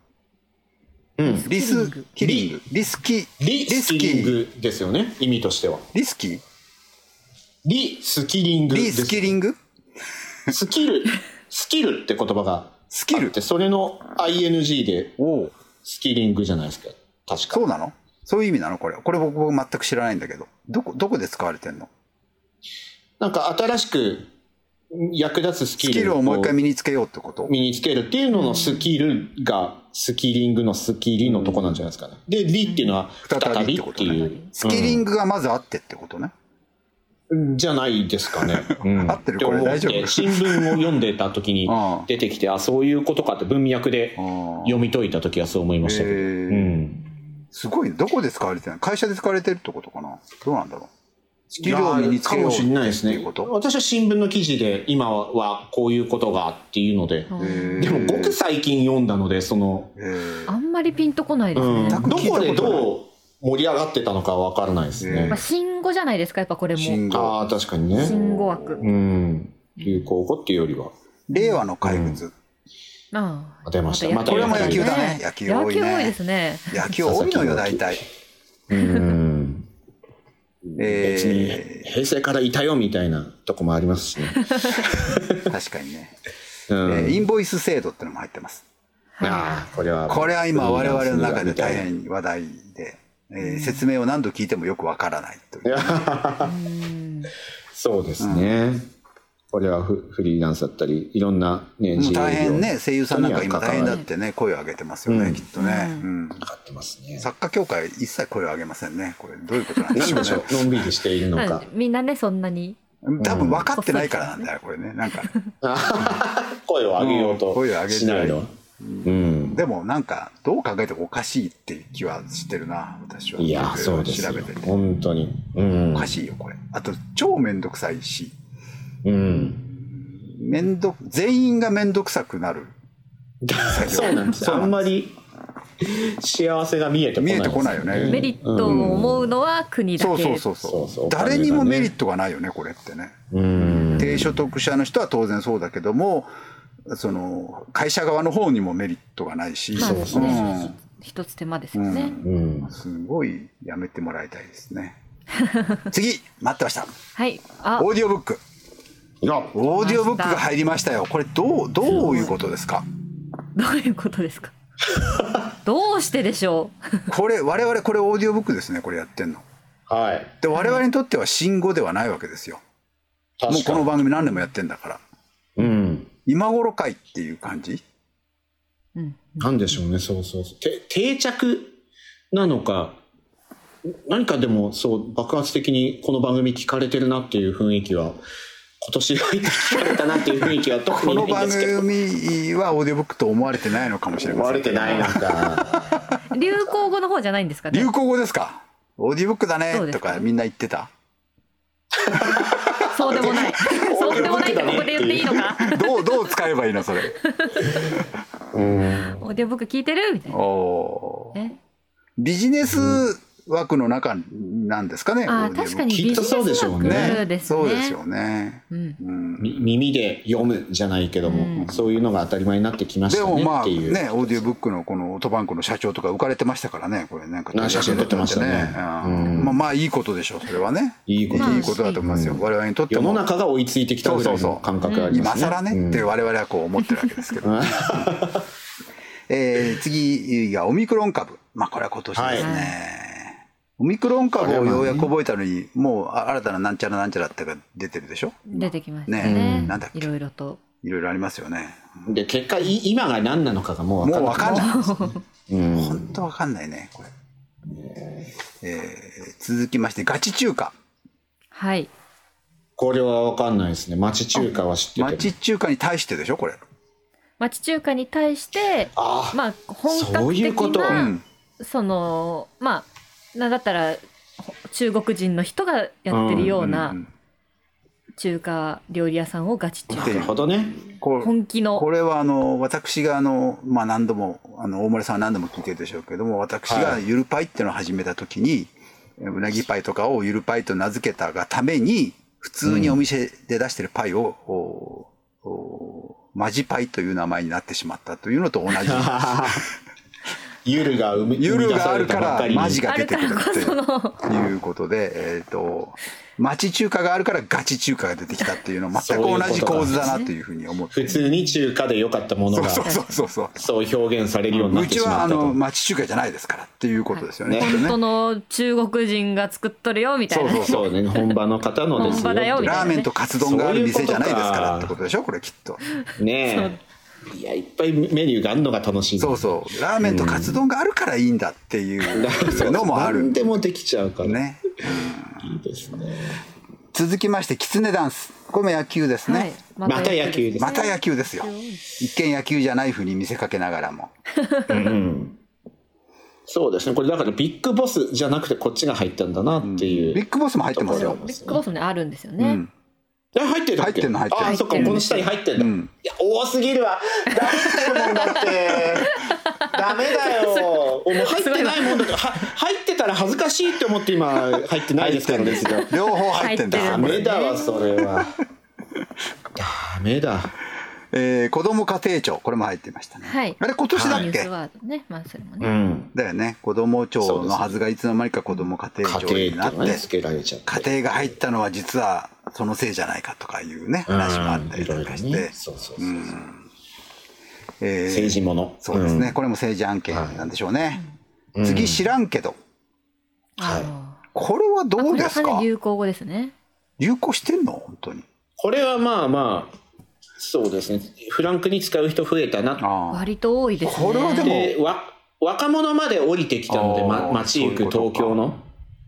Speaker 4: うん
Speaker 3: リスキリングリスキ
Speaker 4: リスキリン
Speaker 3: リスキ
Speaker 4: グですよね意味としては
Speaker 3: リスキ
Speaker 4: リスキリング
Speaker 3: リ
Speaker 4: です
Speaker 3: スキリング
Speaker 4: スキル、スキルって言葉が
Speaker 3: スキ
Speaker 4: あ
Speaker 3: ル
Speaker 4: って、それの ING で
Speaker 3: おう
Speaker 4: スキリングじゃないですか。確か。
Speaker 3: そうなのそういう意味なのこれこれ僕僕全く知らないんだけどどこどこで使われてんの
Speaker 4: なんか新しく役立つスキ
Speaker 3: ス
Speaker 4: ル
Speaker 3: キルをもう一回身につけようってこと
Speaker 4: 身につけるっていうののスキルが、スキリングのスキリのとこなんじゃないですかね。で、リっていうのは再
Speaker 3: 再
Speaker 4: び
Speaker 3: び
Speaker 4: っ
Speaker 3: ってて
Speaker 4: い
Speaker 3: こ
Speaker 4: う。
Speaker 3: スキリ
Speaker 4: ン
Speaker 3: ングがまずあってってことね、
Speaker 4: グじゃないですか
Speaker 3: [LAUGHS]
Speaker 4: ね。うん
Speaker 3: 合ってるこれ
Speaker 4: 思
Speaker 3: 大丈夫
Speaker 4: 新聞を読んでた
Speaker 3: [LAUGHS]
Speaker 4: 時に
Speaker 3: うん
Speaker 4: 出てきて、あ、そういうことかって文脈で
Speaker 3: うん
Speaker 4: 読み解いた時はそう思いましたけど。
Speaker 3: へー
Speaker 4: うん
Speaker 3: すごいねどこで使われてるの会社で使われてるってことかなどうなんだろうスキルを身につけよう
Speaker 4: かもしれないです
Speaker 3: って
Speaker 4: ね
Speaker 3: いうこと
Speaker 4: 私は新聞の記事で今はこういうことがっていうので、
Speaker 5: うん
Speaker 3: へー
Speaker 4: でもごく最近読んだのでその、
Speaker 3: えー
Speaker 5: あんまりピンとこないですね。
Speaker 4: うん
Speaker 3: 全
Speaker 4: ど
Speaker 3: く聞い
Speaker 4: こ
Speaker 3: たこ
Speaker 4: と
Speaker 3: ない
Speaker 4: でどう盛り上がってたのかわからないですね
Speaker 5: まあ、、新語じゃないですかやっぱこれも。
Speaker 3: 新
Speaker 5: 新
Speaker 3: 語
Speaker 4: ああ確かにね
Speaker 5: 語枠。
Speaker 4: うん流行語っていうよりは
Speaker 3: 令和の怪物、
Speaker 5: ああ
Speaker 4: 出ました
Speaker 5: やって
Speaker 3: これも
Speaker 5: ます
Speaker 3: 野球だね
Speaker 5: ね
Speaker 3: 野球多いね
Speaker 5: 野球多いですね。
Speaker 3: 野球多いのよ大体
Speaker 4: うん別
Speaker 3: え
Speaker 4: に平成からいたよみたいなとこもありますしね、
Speaker 3: ー、確かにね、
Speaker 4: う
Speaker 3: え
Speaker 4: ん
Speaker 3: ーインボイス制度ってのも入ってます
Speaker 4: ああこれは
Speaker 3: これは今我々の中で大変話題で、えー説明を何度聞いてもよくわからないという
Speaker 4: いや
Speaker 5: うん
Speaker 4: そうですね。これはフフリーランスだったり、いろんなね、
Speaker 3: もう大
Speaker 4: 業
Speaker 3: 変
Speaker 4: に
Speaker 3: ね声優さんなんか
Speaker 4: と
Speaker 3: 今
Speaker 4: にかく
Speaker 3: 大変だってね声を上げてますよね、
Speaker 4: うん
Speaker 3: きっとね、
Speaker 5: う
Speaker 3: うん
Speaker 4: かかってますね。
Speaker 3: 作家協会一切声を上げませんねこれどういうことなんで
Speaker 4: な
Speaker 3: し
Speaker 4: ん
Speaker 3: ょ
Speaker 4: でしょ
Speaker 3: う
Speaker 4: [LAUGHS] う、のんびりしているの
Speaker 5: まあ
Speaker 4: か。
Speaker 5: みんなねそんなに。
Speaker 3: ね多分分かってないからなんだよこれねなんか
Speaker 4: 声を上げよう
Speaker 3: うん声を上
Speaker 4: と
Speaker 3: げて
Speaker 4: しないのは。うん。
Speaker 3: でもなんかどう考えてもおかしいっていう気はしてるな私はい
Speaker 4: や、そうです
Speaker 3: 調
Speaker 4: よ
Speaker 3: べて。て
Speaker 4: 本当に。うん
Speaker 3: おか。しいよこれあと超めんどくさいし
Speaker 4: うん。
Speaker 3: めんどく、全員がめんどくさくなる。
Speaker 4: そうなんです
Speaker 3: そう
Speaker 4: あ
Speaker 3: なんです
Speaker 4: んまり幸せが見えてこな
Speaker 3: 見
Speaker 4: い
Speaker 3: えてこないよね。
Speaker 5: メリットを思うのは国だけ、
Speaker 3: そうそうそう
Speaker 4: そ
Speaker 3: そう
Speaker 4: うそう
Speaker 3: 誰にもメリットがないよね、これってね。
Speaker 4: うん
Speaker 3: 低所得者の人は当然そうだけども、その、会社側の方にもメリットがないし、
Speaker 5: まあ
Speaker 4: そう
Speaker 5: ですね、一つ手間ですよね、
Speaker 3: うん
Speaker 4: うん
Speaker 3: うんすごいやめてもらいたいです
Speaker 4: [LAUGHS]
Speaker 3: ね。次、待ってました。
Speaker 5: はいあ
Speaker 3: オーディオブック。
Speaker 4: いや
Speaker 3: オーディオブックが入りましたよ。これどう、どういうことですか
Speaker 5: どういうことですかどうしてでしょう
Speaker 3: これ、我々これオーディオブックですね、これやってんの。
Speaker 4: はい
Speaker 3: で、我々にとっては新語ではないわけですよ。もう
Speaker 4: 確
Speaker 3: こ
Speaker 4: か
Speaker 3: の番組何年もやってんだから。
Speaker 4: うん
Speaker 3: 今頃かいっていう感じ
Speaker 5: うん
Speaker 4: なんでしょうねそうそうそうて定着なのか何かでもそう爆発的にこの番組聞かれてるなっていう雰囲気は今年入って聞かれたなっていう雰囲気は特
Speaker 3: こ
Speaker 4: にな
Speaker 3: の
Speaker 4: いん
Speaker 3: 番
Speaker 4: ですけど
Speaker 3: 組はオーディオブックと思われてないのかもしれま
Speaker 4: 思わ
Speaker 3: せ
Speaker 4: れ
Speaker 3: んけ
Speaker 4: て
Speaker 3: ど
Speaker 4: ないなんか
Speaker 5: 流行語の方じゃないんですかね
Speaker 3: 流行語ですかオーディオブックだ
Speaker 5: そうで
Speaker 3: ね
Speaker 5: す
Speaker 3: と
Speaker 5: ね
Speaker 3: かみんな言ってた
Speaker 5: そうでもない [LAUGHS] そうでもないってここで言っていいのか
Speaker 3: どうどう使えばいいのそれ
Speaker 4: うん
Speaker 5: オーディオブック聞いてるみたいな
Speaker 3: おー
Speaker 5: ね
Speaker 3: ビジネス枠の中なんですかねオ
Speaker 5: あー
Speaker 3: ーディオブック
Speaker 5: 確かに
Speaker 4: き
Speaker 5: ビ
Speaker 4: っ
Speaker 5: ジ
Speaker 4: と
Speaker 5: ネス
Speaker 4: そうでしょうね
Speaker 5: 枠ですね
Speaker 3: そうですよね、
Speaker 5: うん
Speaker 3: うん、
Speaker 4: み耳で読むじゃないけども、
Speaker 5: うん
Speaker 4: そういうのが当たり前になってきまし
Speaker 3: で
Speaker 4: た
Speaker 3: も
Speaker 4: ね
Speaker 3: ま
Speaker 4: っ
Speaker 3: あ
Speaker 4: ていう、
Speaker 3: ねオーディオブックのこのオートバンクの社長とか浮かれてましたからねこれなんか
Speaker 4: あ写真撮ってましたね
Speaker 3: うん
Speaker 4: うん
Speaker 3: まあまあいいことでしょうそれはね
Speaker 4: いいこと
Speaker 5: まあ
Speaker 3: いいことだと思いますよ、
Speaker 4: うん
Speaker 3: 我々にとって
Speaker 4: 世の
Speaker 3: も
Speaker 4: 中が追いついてきたぐらいの感覚がありま
Speaker 3: 今
Speaker 4: すね。
Speaker 3: 更ね、って我々はこう思ってるわけですけど、
Speaker 4: うん
Speaker 3: えー次がオミクロン株。まあこれは今年ですね。
Speaker 5: はい
Speaker 3: オミクロン株をようやく覚えたのに、もうあ新たななんちゃらなんちゃらってが出てるでしょ
Speaker 5: 出てきましたね
Speaker 3: ね
Speaker 4: うん
Speaker 3: なんだっけ
Speaker 5: いろいろと
Speaker 3: いろいろありますよね。
Speaker 4: で結果い今が何なのかがもう分
Speaker 3: も
Speaker 4: か
Speaker 3: うんわ
Speaker 4: な
Speaker 3: かんない。
Speaker 4: い。うん
Speaker 3: 本当わかんないね、これ。えー続きまして、ガチ中華。
Speaker 5: はい
Speaker 4: これは分かんないですね。町中華は知ってて
Speaker 3: 町中華に対してでしょこれ。
Speaker 5: 町中華に対して
Speaker 4: あ
Speaker 5: まあ本格的な
Speaker 4: そういうこと
Speaker 3: う。
Speaker 4: うん
Speaker 5: そのまあなんだったらほ中国人の人がやってるよう
Speaker 3: う
Speaker 5: なん中華料理屋さんをガチ中
Speaker 4: あ、
Speaker 5: 華
Speaker 4: なるほどね。
Speaker 3: [LAUGHS] こう
Speaker 5: 本気の
Speaker 3: これはあの私があの、まあ、何度もあの大森さんは何度も聞いてるでしょうけども私が
Speaker 4: はい
Speaker 3: ゆるパイっていうのを始めた時に、うなぎパイとかをゆるパイと名付けたがために普通にお店で出してるパイを、おおマジパイという名前になってしまったというの
Speaker 4: [LAUGHS]
Speaker 3: と同じ
Speaker 4: ゆるが生み
Speaker 3: ゆ
Speaker 4: 生み
Speaker 3: る
Speaker 4: 出
Speaker 3: が
Speaker 4: さ
Speaker 3: あ
Speaker 4: れ
Speaker 3: る
Speaker 4: た
Speaker 3: か
Speaker 4: ばっからりに
Speaker 3: マジが
Speaker 5: あ
Speaker 3: 出
Speaker 5: る
Speaker 3: て
Speaker 5: か
Speaker 3: くる
Speaker 5: らこそ
Speaker 3: っ
Speaker 5: の
Speaker 3: ていうことで、えー、と町中華があるからガチ中華が出てきたっていうの全く同じ構図だなというふうに思って
Speaker 4: 普通に中華で良かったもの
Speaker 3: そう
Speaker 4: が
Speaker 3: そうそうそうそう
Speaker 4: そう表現されるようになっ
Speaker 3: う
Speaker 4: てし
Speaker 3: ちは
Speaker 4: ま
Speaker 3: あ
Speaker 4: った
Speaker 3: の
Speaker 4: と。
Speaker 3: 町中華じゃないですからっていうことですよね。
Speaker 4: はい
Speaker 3: きっとね
Speaker 5: 本当の中国人が作っとるよみたいな
Speaker 3: そう
Speaker 4: [LAUGHS] そうね本場の方のですよ。
Speaker 5: 本場だよみたいな
Speaker 3: ラーメンとカツ丼がある店じゃないですからってことでしょこれきっと。
Speaker 4: ねえいやいっぱいメニューがあるのが楽しいんだ
Speaker 3: そうそう。ラーメンとカツ丼があるからいいんだっていうのもある
Speaker 4: 何。でもできちゃうから、
Speaker 3: ね。
Speaker 4: いいですね
Speaker 3: 続きまして、キツネダンス。これも野球です
Speaker 5: はい
Speaker 3: ね。
Speaker 4: また野球です
Speaker 3: また野球ですよ。一見野球じゃないふうに見せかけながらも。
Speaker 4: そうですねこれだからビッグボスじゃなくてこっちが入ったんだなっていう、
Speaker 3: ビッグボスも入ってますよ。
Speaker 5: ビッグボスもねあるんですよ
Speaker 3: う
Speaker 5: ね
Speaker 3: ん。
Speaker 4: え入ってるだっけ
Speaker 3: 入ってんの入ってる
Speaker 4: あそっか
Speaker 5: 入ってる
Speaker 4: この下に入ってんだ、
Speaker 3: うん
Speaker 4: いや多すぎるわだってもんだってダメ
Speaker 5: [LAUGHS]
Speaker 4: だよもう入ってないもんだからは入ってたら恥ずかしいって思って今入ってないですからですよ
Speaker 3: 両方入ってんだ。
Speaker 4: ダ
Speaker 5: 入ってる
Speaker 4: メだわそれはダメだ
Speaker 3: えー子供家庭庁。これも入ってましたね。
Speaker 5: はい
Speaker 3: あれ今年だ
Speaker 5: ニュ
Speaker 3: っ
Speaker 5: ース
Speaker 3: け
Speaker 5: ワードねまあそれも
Speaker 4: う
Speaker 5: ね
Speaker 4: ん
Speaker 3: だよね。子供庁のはずがいつの間にか子供家庭庁
Speaker 4: 家
Speaker 3: に
Speaker 4: 庭
Speaker 3: な
Speaker 4: っ
Speaker 3: ってて
Speaker 4: ね。つけられちゃって
Speaker 3: 家庭が入ったのは実はそのせいじゃないかとかいうね話もあったりとかし
Speaker 4: うんいろいろ
Speaker 3: て
Speaker 4: ね、そうそうそう、
Speaker 3: えー
Speaker 4: 政治もの
Speaker 3: そうですね、
Speaker 4: ん
Speaker 3: これも政治案件なんでしょうね、次知らんけど
Speaker 5: あの
Speaker 3: これはど
Speaker 5: こ
Speaker 3: う
Speaker 5: れ
Speaker 3: で
Speaker 5: は
Speaker 3: す
Speaker 5: かな
Speaker 3: か
Speaker 5: り流行語ですね
Speaker 3: 流行してんの本当に
Speaker 4: これはまあまあそうですねフランクに使う人増えたな
Speaker 3: ああ
Speaker 5: 割と多いですね
Speaker 3: これはでも
Speaker 4: でわ若者まで降りてきたので、
Speaker 3: あ
Speaker 4: ま、
Speaker 3: ー
Speaker 4: 街行く
Speaker 3: そう
Speaker 4: 東
Speaker 3: いうことか
Speaker 4: 京の、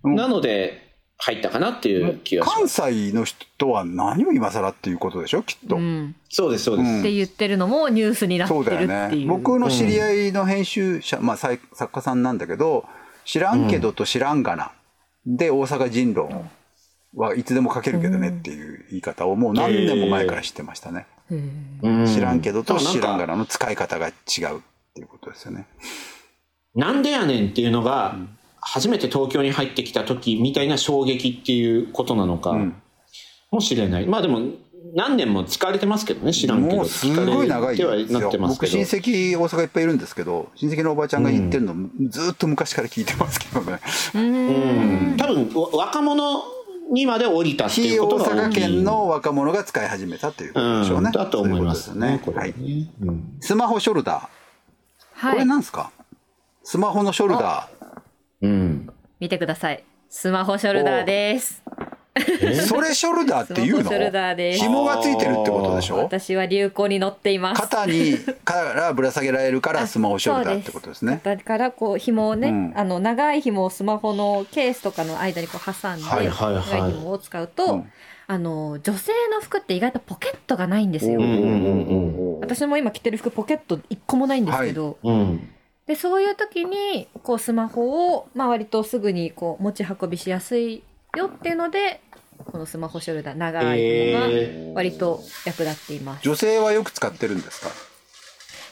Speaker 3: うん
Speaker 4: なので入ったかなっていう気がします
Speaker 3: 関西の人は何を今更っていうことでしょきっと、
Speaker 5: うん
Speaker 4: そうですそうです、
Speaker 3: うん
Speaker 5: って言ってるのもニュースになって
Speaker 3: そうだ
Speaker 5: るっ
Speaker 3: よ
Speaker 5: て
Speaker 3: ね
Speaker 5: いう
Speaker 3: 僕の知り合いの編集者、まあ、さい作家さんなんだけど知らんけどと知らんがなで大阪人狼はいつでも書けるけどねっていう言い方をもう何年も前から知ってましたね、
Speaker 4: う
Speaker 3: 知らんけどと
Speaker 4: そうなんか
Speaker 3: 知らんがらの使い方が違うっていうことですよね。
Speaker 4: なんでやねんっていうのが、初めて東京に入ってきた時みたいな衝撃っていうことなのか
Speaker 3: うん
Speaker 4: もしれない。まあでも、何年も使われてますけどね、知らんけど。
Speaker 3: もうすごい長い
Speaker 4: 使わ
Speaker 3: で
Speaker 4: れ
Speaker 3: す
Speaker 4: てはなっ
Speaker 3: よ
Speaker 4: て。ます
Speaker 3: 僕
Speaker 4: けど
Speaker 3: 親。戚大阪いっぱいいるんですけど親戚のおばちゃんが言ってるの、ずーっと昔から聞いてますけどね。
Speaker 4: うん多分、わ若者にまで降りた [LAUGHS] ってい
Speaker 3: 非
Speaker 4: うこ
Speaker 3: 大
Speaker 4: とが大
Speaker 3: 阪
Speaker 4: きい。
Speaker 3: 県の若者が使い始めたということでしょ
Speaker 4: う
Speaker 3: うね。
Speaker 4: ん、だと思いますね。
Speaker 3: そういうことです
Speaker 4: こ
Speaker 3: ね。はい。
Speaker 4: れねうん
Speaker 3: スマホショルダー。
Speaker 5: は
Speaker 3: これ
Speaker 5: い
Speaker 3: なんですかスマホのショルダ
Speaker 4: うん。
Speaker 5: 見てくださいスマホショルダーです
Speaker 3: ー。それショルダーっ
Speaker 5: ス
Speaker 3: て
Speaker 5: マ
Speaker 3: 言う
Speaker 5: ホシ
Speaker 3: の
Speaker 5: ョルダーです
Speaker 3: 紐がついてるってことでしょ
Speaker 5: 私は流行に乗っています
Speaker 3: 肩にからぶら下げられるからスマホショルダーってことですね。
Speaker 5: だからこう紐をね、
Speaker 3: うん
Speaker 5: あの長い紐をスマホのケースとかの間にこう挟んで、
Speaker 3: はい
Speaker 4: はいはい
Speaker 5: 長い紐を使うと、
Speaker 3: うん
Speaker 5: あの女性の服って意外とポケットがないんですよ、
Speaker 4: うんうんうん
Speaker 5: 私も今着てる服ポケット一個もないんですけど、
Speaker 4: うん。
Speaker 5: でそういう時にこうスマホを、まあ、割とすぐにこう持ち運びしやすいよっていうのでこのスマホショルダー長い紐
Speaker 4: え
Speaker 5: が割と役立っています、
Speaker 3: 女性はよく使ってるんですか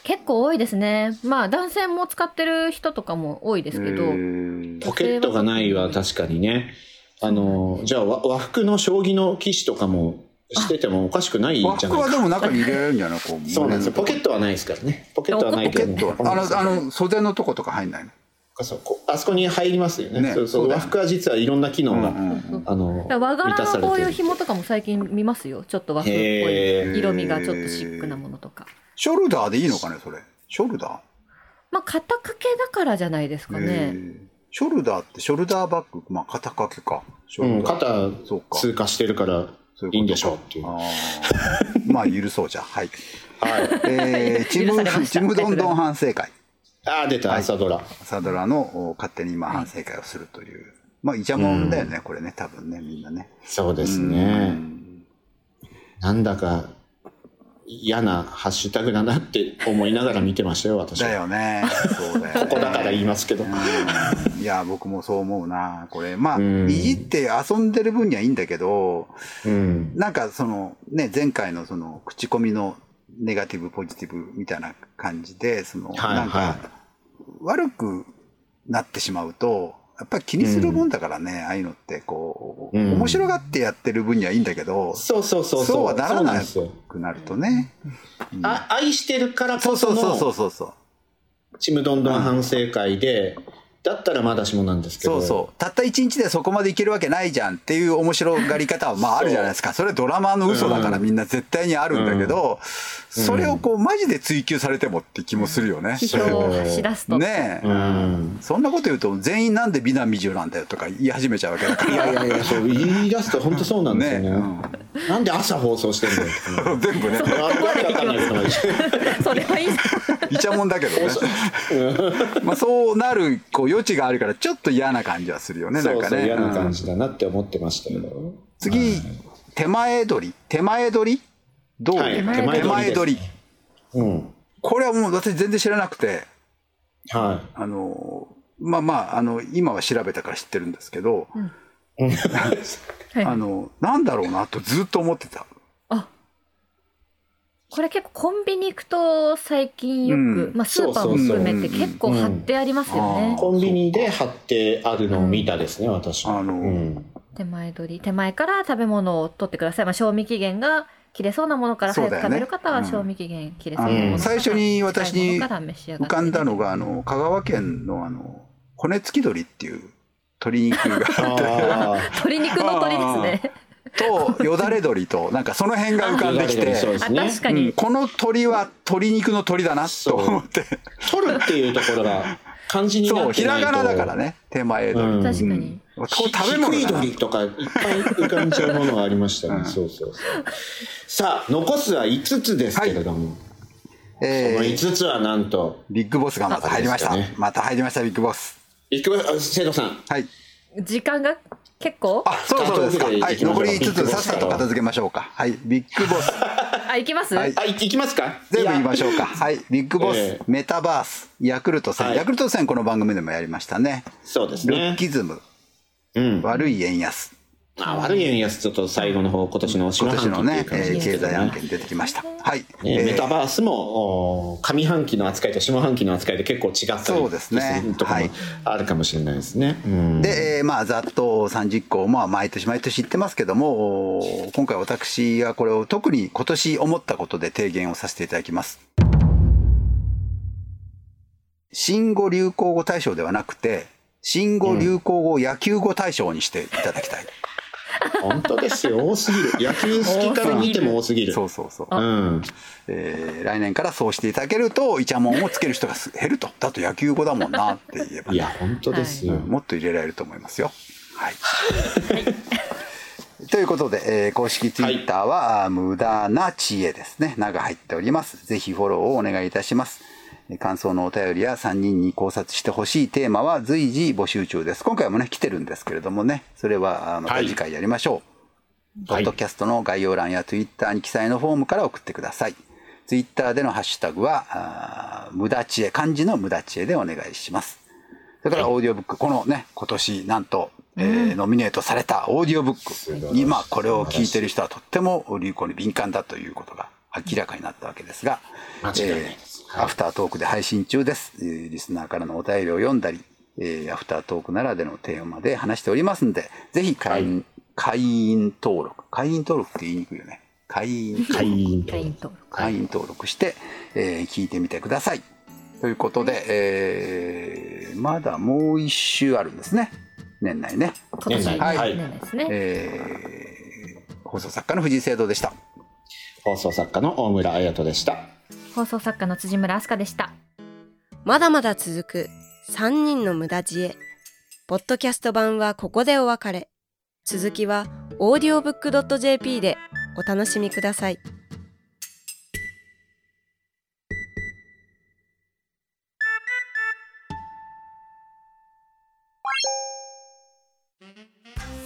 Speaker 5: 結構多いですねまあ男性も使ってる人とかも多いですけど、
Speaker 3: へー
Speaker 4: ーポケットがないは確かにね。あの、じゃあ和和服の将棋の棋士とかもしててもおかしくないじゃな
Speaker 3: 和
Speaker 4: いです
Speaker 3: 服
Speaker 4: か
Speaker 3: は。でも中に入れられるんじゃないこう
Speaker 4: そうなんですよ。ポケ
Speaker 3: ッ
Speaker 4: ットはないですからね。ポケットはない
Speaker 3: ポケ
Speaker 4: けど。
Speaker 3: ットはあのあの袖のとことか入んないの
Speaker 4: そうこあそこに入りますよね。
Speaker 3: ね
Speaker 4: そうそ
Speaker 3: そう
Speaker 4: う。
Speaker 3: だよ
Speaker 4: 和
Speaker 3: ね
Speaker 4: 服は実はいろんな機能が、
Speaker 3: うんうんうん
Speaker 4: あの、
Speaker 5: だから和
Speaker 4: 満た
Speaker 5: 柄
Speaker 4: さ
Speaker 5: のこう
Speaker 4: れて
Speaker 5: いう
Speaker 4: る。
Speaker 5: 紐とかも最近見ますよちょっと和風っぽ
Speaker 4: へ
Speaker 5: い
Speaker 4: ー
Speaker 5: 色味がちょっとシックなものとか
Speaker 3: ショルダーでいいのかねそれショルダ
Speaker 5: まあ肩掛けだからじゃないです
Speaker 3: ー
Speaker 5: か
Speaker 3: へ
Speaker 5: ね
Speaker 3: ーショルダーってショルダーバッグまあ肩掛けかシ
Speaker 4: う
Speaker 3: ョ
Speaker 4: ん、
Speaker 3: ルダー
Speaker 4: 肩
Speaker 3: そうか
Speaker 4: 通過してるから
Speaker 3: そういうことか
Speaker 4: いいんでしょうっていう。
Speaker 3: あーまあ許そうじゃんはい
Speaker 4: はい。
Speaker 3: えー、ち
Speaker 5: 許さ
Speaker 3: む
Speaker 5: れました
Speaker 3: ちむどんどん反省会
Speaker 4: ああ、出た、朝ドラ。
Speaker 3: 朝ドラのお勝手に今反省会をするという、まあいちゃもんだよね、これね多分ねみんなね
Speaker 4: そうです
Speaker 3: う
Speaker 4: ね。
Speaker 3: ん
Speaker 4: なんだか嫌なハッシュタグだなって思いながら見てましたよ、私
Speaker 3: だ
Speaker 4: は。
Speaker 3: よねそうだよね
Speaker 4: [LAUGHS] ここだから言いますけど。
Speaker 3: うんいや僕もそう思うなこれまあ、
Speaker 4: うん
Speaker 3: いじって遊んでる分にはいいんだけど
Speaker 4: うん。
Speaker 3: なんかそのね前回のその口コミのネガティブポジティブみたいな感じでその、
Speaker 4: はい
Speaker 3: なん
Speaker 4: は
Speaker 3: か悪くなってしまうとやっぱり気にするもんだからね、ああいうのってこう、
Speaker 4: うん
Speaker 3: 面白がってやってる分にはいいんだけど、
Speaker 4: そうそうそう
Speaker 3: そうはなら
Speaker 4: ん
Speaker 3: な
Speaker 4: ですよ
Speaker 3: くなるとね、うん
Speaker 4: あ愛してるから
Speaker 3: そ
Speaker 4: こ
Speaker 3: うそ
Speaker 4: そう
Speaker 3: そうそ
Speaker 4: の
Speaker 3: うそうそう
Speaker 4: ちむどんどん反省会で、だったらまだしもなんですけ
Speaker 3: そ
Speaker 4: ど
Speaker 3: うそうたった一日でそこまでいけるわけないじゃんっていう面白がり方はまああるじゃないですかそれはドラマの嘘だから
Speaker 4: うん
Speaker 3: みんな絶対にあるんだけど、それをこうマジで追求されてもって気もするよね。
Speaker 5: 批評を発し出すと、
Speaker 3: ねえ、
Speaker 4: うん
Speaker 3: そんなこと言うと全員なんで美男美女なんだよとか言い始めちゃうわけだか
Speaker 4: いやいやいやそう言い出すと本当そうな
Speaker 3: ら
Speaker 4: んですよ
Speaker 3: ね
Speaker 4: ねなんで朝放送してる
Speaker 3: [LAUGHS]
Speaker 4: の
Speaker 3: [LAUGHS] 全部ね
Speaker 4: わけわかんないことが一緒
Speaker 5: それはいい
Speaker 3: いちゃもんだけどねまあそうなるこう余地があるからちょっと嫌な感じはするよねな
Speaker 4: そ
Speaker 3: ん
Speaker 4: う
Speaker 3: か
Speaker 4: そう
Speaker 3: ね
Speaker 4: 嫌な感
Speaker 3: うん
Speaker 4: じだなって思ってましたけど
Speaker 3: 次手前鳥手前鳥どう、
Speaker 4: はい
Speaker 3: 手
Speaker 4: 手
Speaker 3: 前
Speaker 4: 前
Speaker 3: 鳥
Speaker 4: 鳥
Speaker 3: 鳥
Speaker 4: うん
Speaker 3: これはもう私全然知らなくて
Speaker 4: は
Speaker 3: あのまあまああの今は調べたから知ってるんですけど、
Speaker 5: [LAUGHS] はい
Speaker 3: あのなんだろうなとずっと思ってた
Speaker 5: これ結構コンビニ行くと最近よく、
Speaker 3: うん
Speaker 5: まあ、スーパーも含めて
Speaker 3: そうそう
Speaker 5: 結構貼ってありますよ
Speaker 3: うん
Speaker 5: ね
Speaker 3: あ、ー
Speaker 4: コンビニで貼ってあるのを見たですね私は
Speaker 3: あの
Speaker 4: うん
Speaker 5: 手前取り手前から食べ物を取ってください、まあ、賞味期限が切れそうなものから
Speaker 3: そう
Speaker 5: 早
Speaker 3: だ
Speaker 5: く
Speaker 3: よね
Speaker 5: 食べる方
Speaker 3: うん
Speaker 5: は賞味期限切れそ
Speaker 3: あ
Speaker 5: うなもの
Speaker 3: の、
Speaker 5: から、
Speaker 3: 最初に私
Speaker 5: 近い
Speaker 3: に
Speaker 5: ものから召し上が
Speaker 3: 浮
Speaker 5: って
Speaker 3: かんだのがあの香川県のあの骨付き鳥っていう鶏肉があって
Speaker 4: あー
Speaker 5: 鶏肉の鳥ですね
Speaker 3: とよだれ鶏となんかその辺が浮かんできて
Speaker 4: そうです
Speaker 5: あ
Speaker 4: ね
Speaker 5: 確か
Speaker 3: う
Speaker 5: に、
Speaker 3: んこの鳥は鶏肉の鳥だなと思って
Speaker 4: 取るっていうところが漢字にな
Speaker 3: そう
Speaker 4: って
Speaker 3: ひ
Speaker 4: な
Speaker 3: ら
Speaker 4: いと
Speaker 3: がなだからね手前鳥、
Speaker 4: うん
Speaker 5: 確かに、
Speaker 3: こう
Speaker 4: ひ
Speaker 3: 食べ物
Speaker 4: 低い
Speaker 3: だな
Speaker 4: 鳥とかいっぱい浮かんじゃうものがありましたね、そうそうそうさあ残すは5つですけれども、
Speaker 3: え
Speaker 4: この
Speaker 3: ー
Speaker 4: 5つはなんと
Speaker 3: ビッグボスがまた入りました、
Speaker 4: あそうですかね
Speaker 3: また入りましたビッグボス
Speaker 4: いくわあ生徒さん
Speaker 3: はい
Speaker 5: 時間が結構
Speaker 3: あ、そうそうですか。
Speaker 4: じゃあ
Speaker 3: はい、
Speaker 4: どこ
Speaker 3: 残
Speaker 4: で
Speaker 3: り
Speaker 4: 行きま
Speaker 3: 5
Speaker 4: しょう
Speaker 3: つさっさと片付けましょうか。はい、ビッグボス、
Speaker 5: あ行きます、
Speaker 3: はい
Speaker 4: あいいきますか
Speaker 3: 全部言いまし
Speaker 4: ょ
Speaker 3: ょうか。はい、ビッグボス、
Speaker 4: ええ
Speaker 3: メタバース、ヤクルト戦、
Speaker 4: はい
Speaker 3: ヤクルト戦この番組でもやりましたね。
Speaker 4: そうです
Speaker 3: ルッ
Speaker 4: ね
Speaker 3: キズム、
Speaker 4: うん
Speaker 3: 悪い円安、
Speaker 4: あ悪い円安、ちょっと最後の方、今年の下
Speaker 3: 今
Speaker 4: 半期っ
Speaker 3: 年の
Speaker 4: てい
Speaker 3: ね
Speaker 4: う、
Speaker 3: え
Speaker 4: 感じ
Speaker 3: ー
Speaker 4: です
Speaker 3: 経
Speaker 4: けど
Speaker 3: 済
Speaker 4: ね
Speaker 3: 案件出てきました。はい。
Speaker 4: ねメタ
Speaker 3: ー
Speaker 4: バースもおー上半期の扱いと下半期の扱いで結構違ったり
Speaker 3: そうですね
Speaker 4: とか
Speaker 3: は
Speaker 4: も
Speaker 3: い
Speaker 4: あるかもしれないですね。うん
Speaker 3: で、えーまあ、ざっと30項、まあ、毎年毎年言ってますけども、おー今回私がこれを特に今年思ったことで提言をさせていただきます。新語・流行語大賞ではなくて、新語・流行語野球語大賞にしていただきたい。
Speaker 4: 本当ですよ、多すぎ
Speaker 3: [LAUGHS]
Speaker 4: る。野球好きから見ても多すぎる。
Speaker 3: そうそうそう。
Speaker 4: うん。
Speaker 3: えー来年からそうしていただけると、イチャモンをつける人がす減ると。だと野球語だもんなって言えば
Speaker 4: い。や、本当です
Speaker 3: う
Speaker 4: よ。
Speaker 3: んもっと入れられると思いますよ。はい。ということで、えー公式ツイッターは、あー無駄な知恵ですね。名が入っております。ぜひフォローをお願いいたします。えー感想のお便りや3人に考察してほしいテーマは随時募集中です。今回もね、来てるんですけれどもね、それはあーまた
Speaker 4: はい
Speaker 3: 次回やりましょう。ポ
Speaker 4: は
Speaker 3: ッ
Speaker 4: い
Speaker 3: ド。キャストの概要欄や Twitter に記載のフォームから送ってください。Twitter でのハッシュタグは、あー無駄知恵、漢字の無駄知恵でお願いします。それからオーディオブック、このね、今年なんと、えーノミネートされたオーディオブック、今これを聞いてる人はとっても流行に敏感だということが明らかになったわけですが、
Speaker 4: 間違いないです
Speaker 3: えーアフタートークで配信中です。えーリスナーからのお便りを読んだり、えーアフタートークならでのテーマで話しておりますんで、ぜひ会員、会員登録。会員登録って言いにくいよね。会員登録
Speaker 4: 会員と
Speaker 5: 会員登録
Speaker 3: 会員登録して、えー聞いてみてください。ということで、えーまだもう一周あるんですね。年内ね。
Speaker 5: 今年
Speaker 4: はい
Speaker 5: はいなんですね。
Speaker 3: えー放送作家の藤井聖堂でした。
Speaker 4: 放送作家の大村彩人でした。
Speaker 5: 放送作家の辻村明日香でした。
Speaker 1: まだまだ続く3人の無駄知恵。ポッドキャスト版はここでお別れ。続きは audiobook.jp でお楽しみください。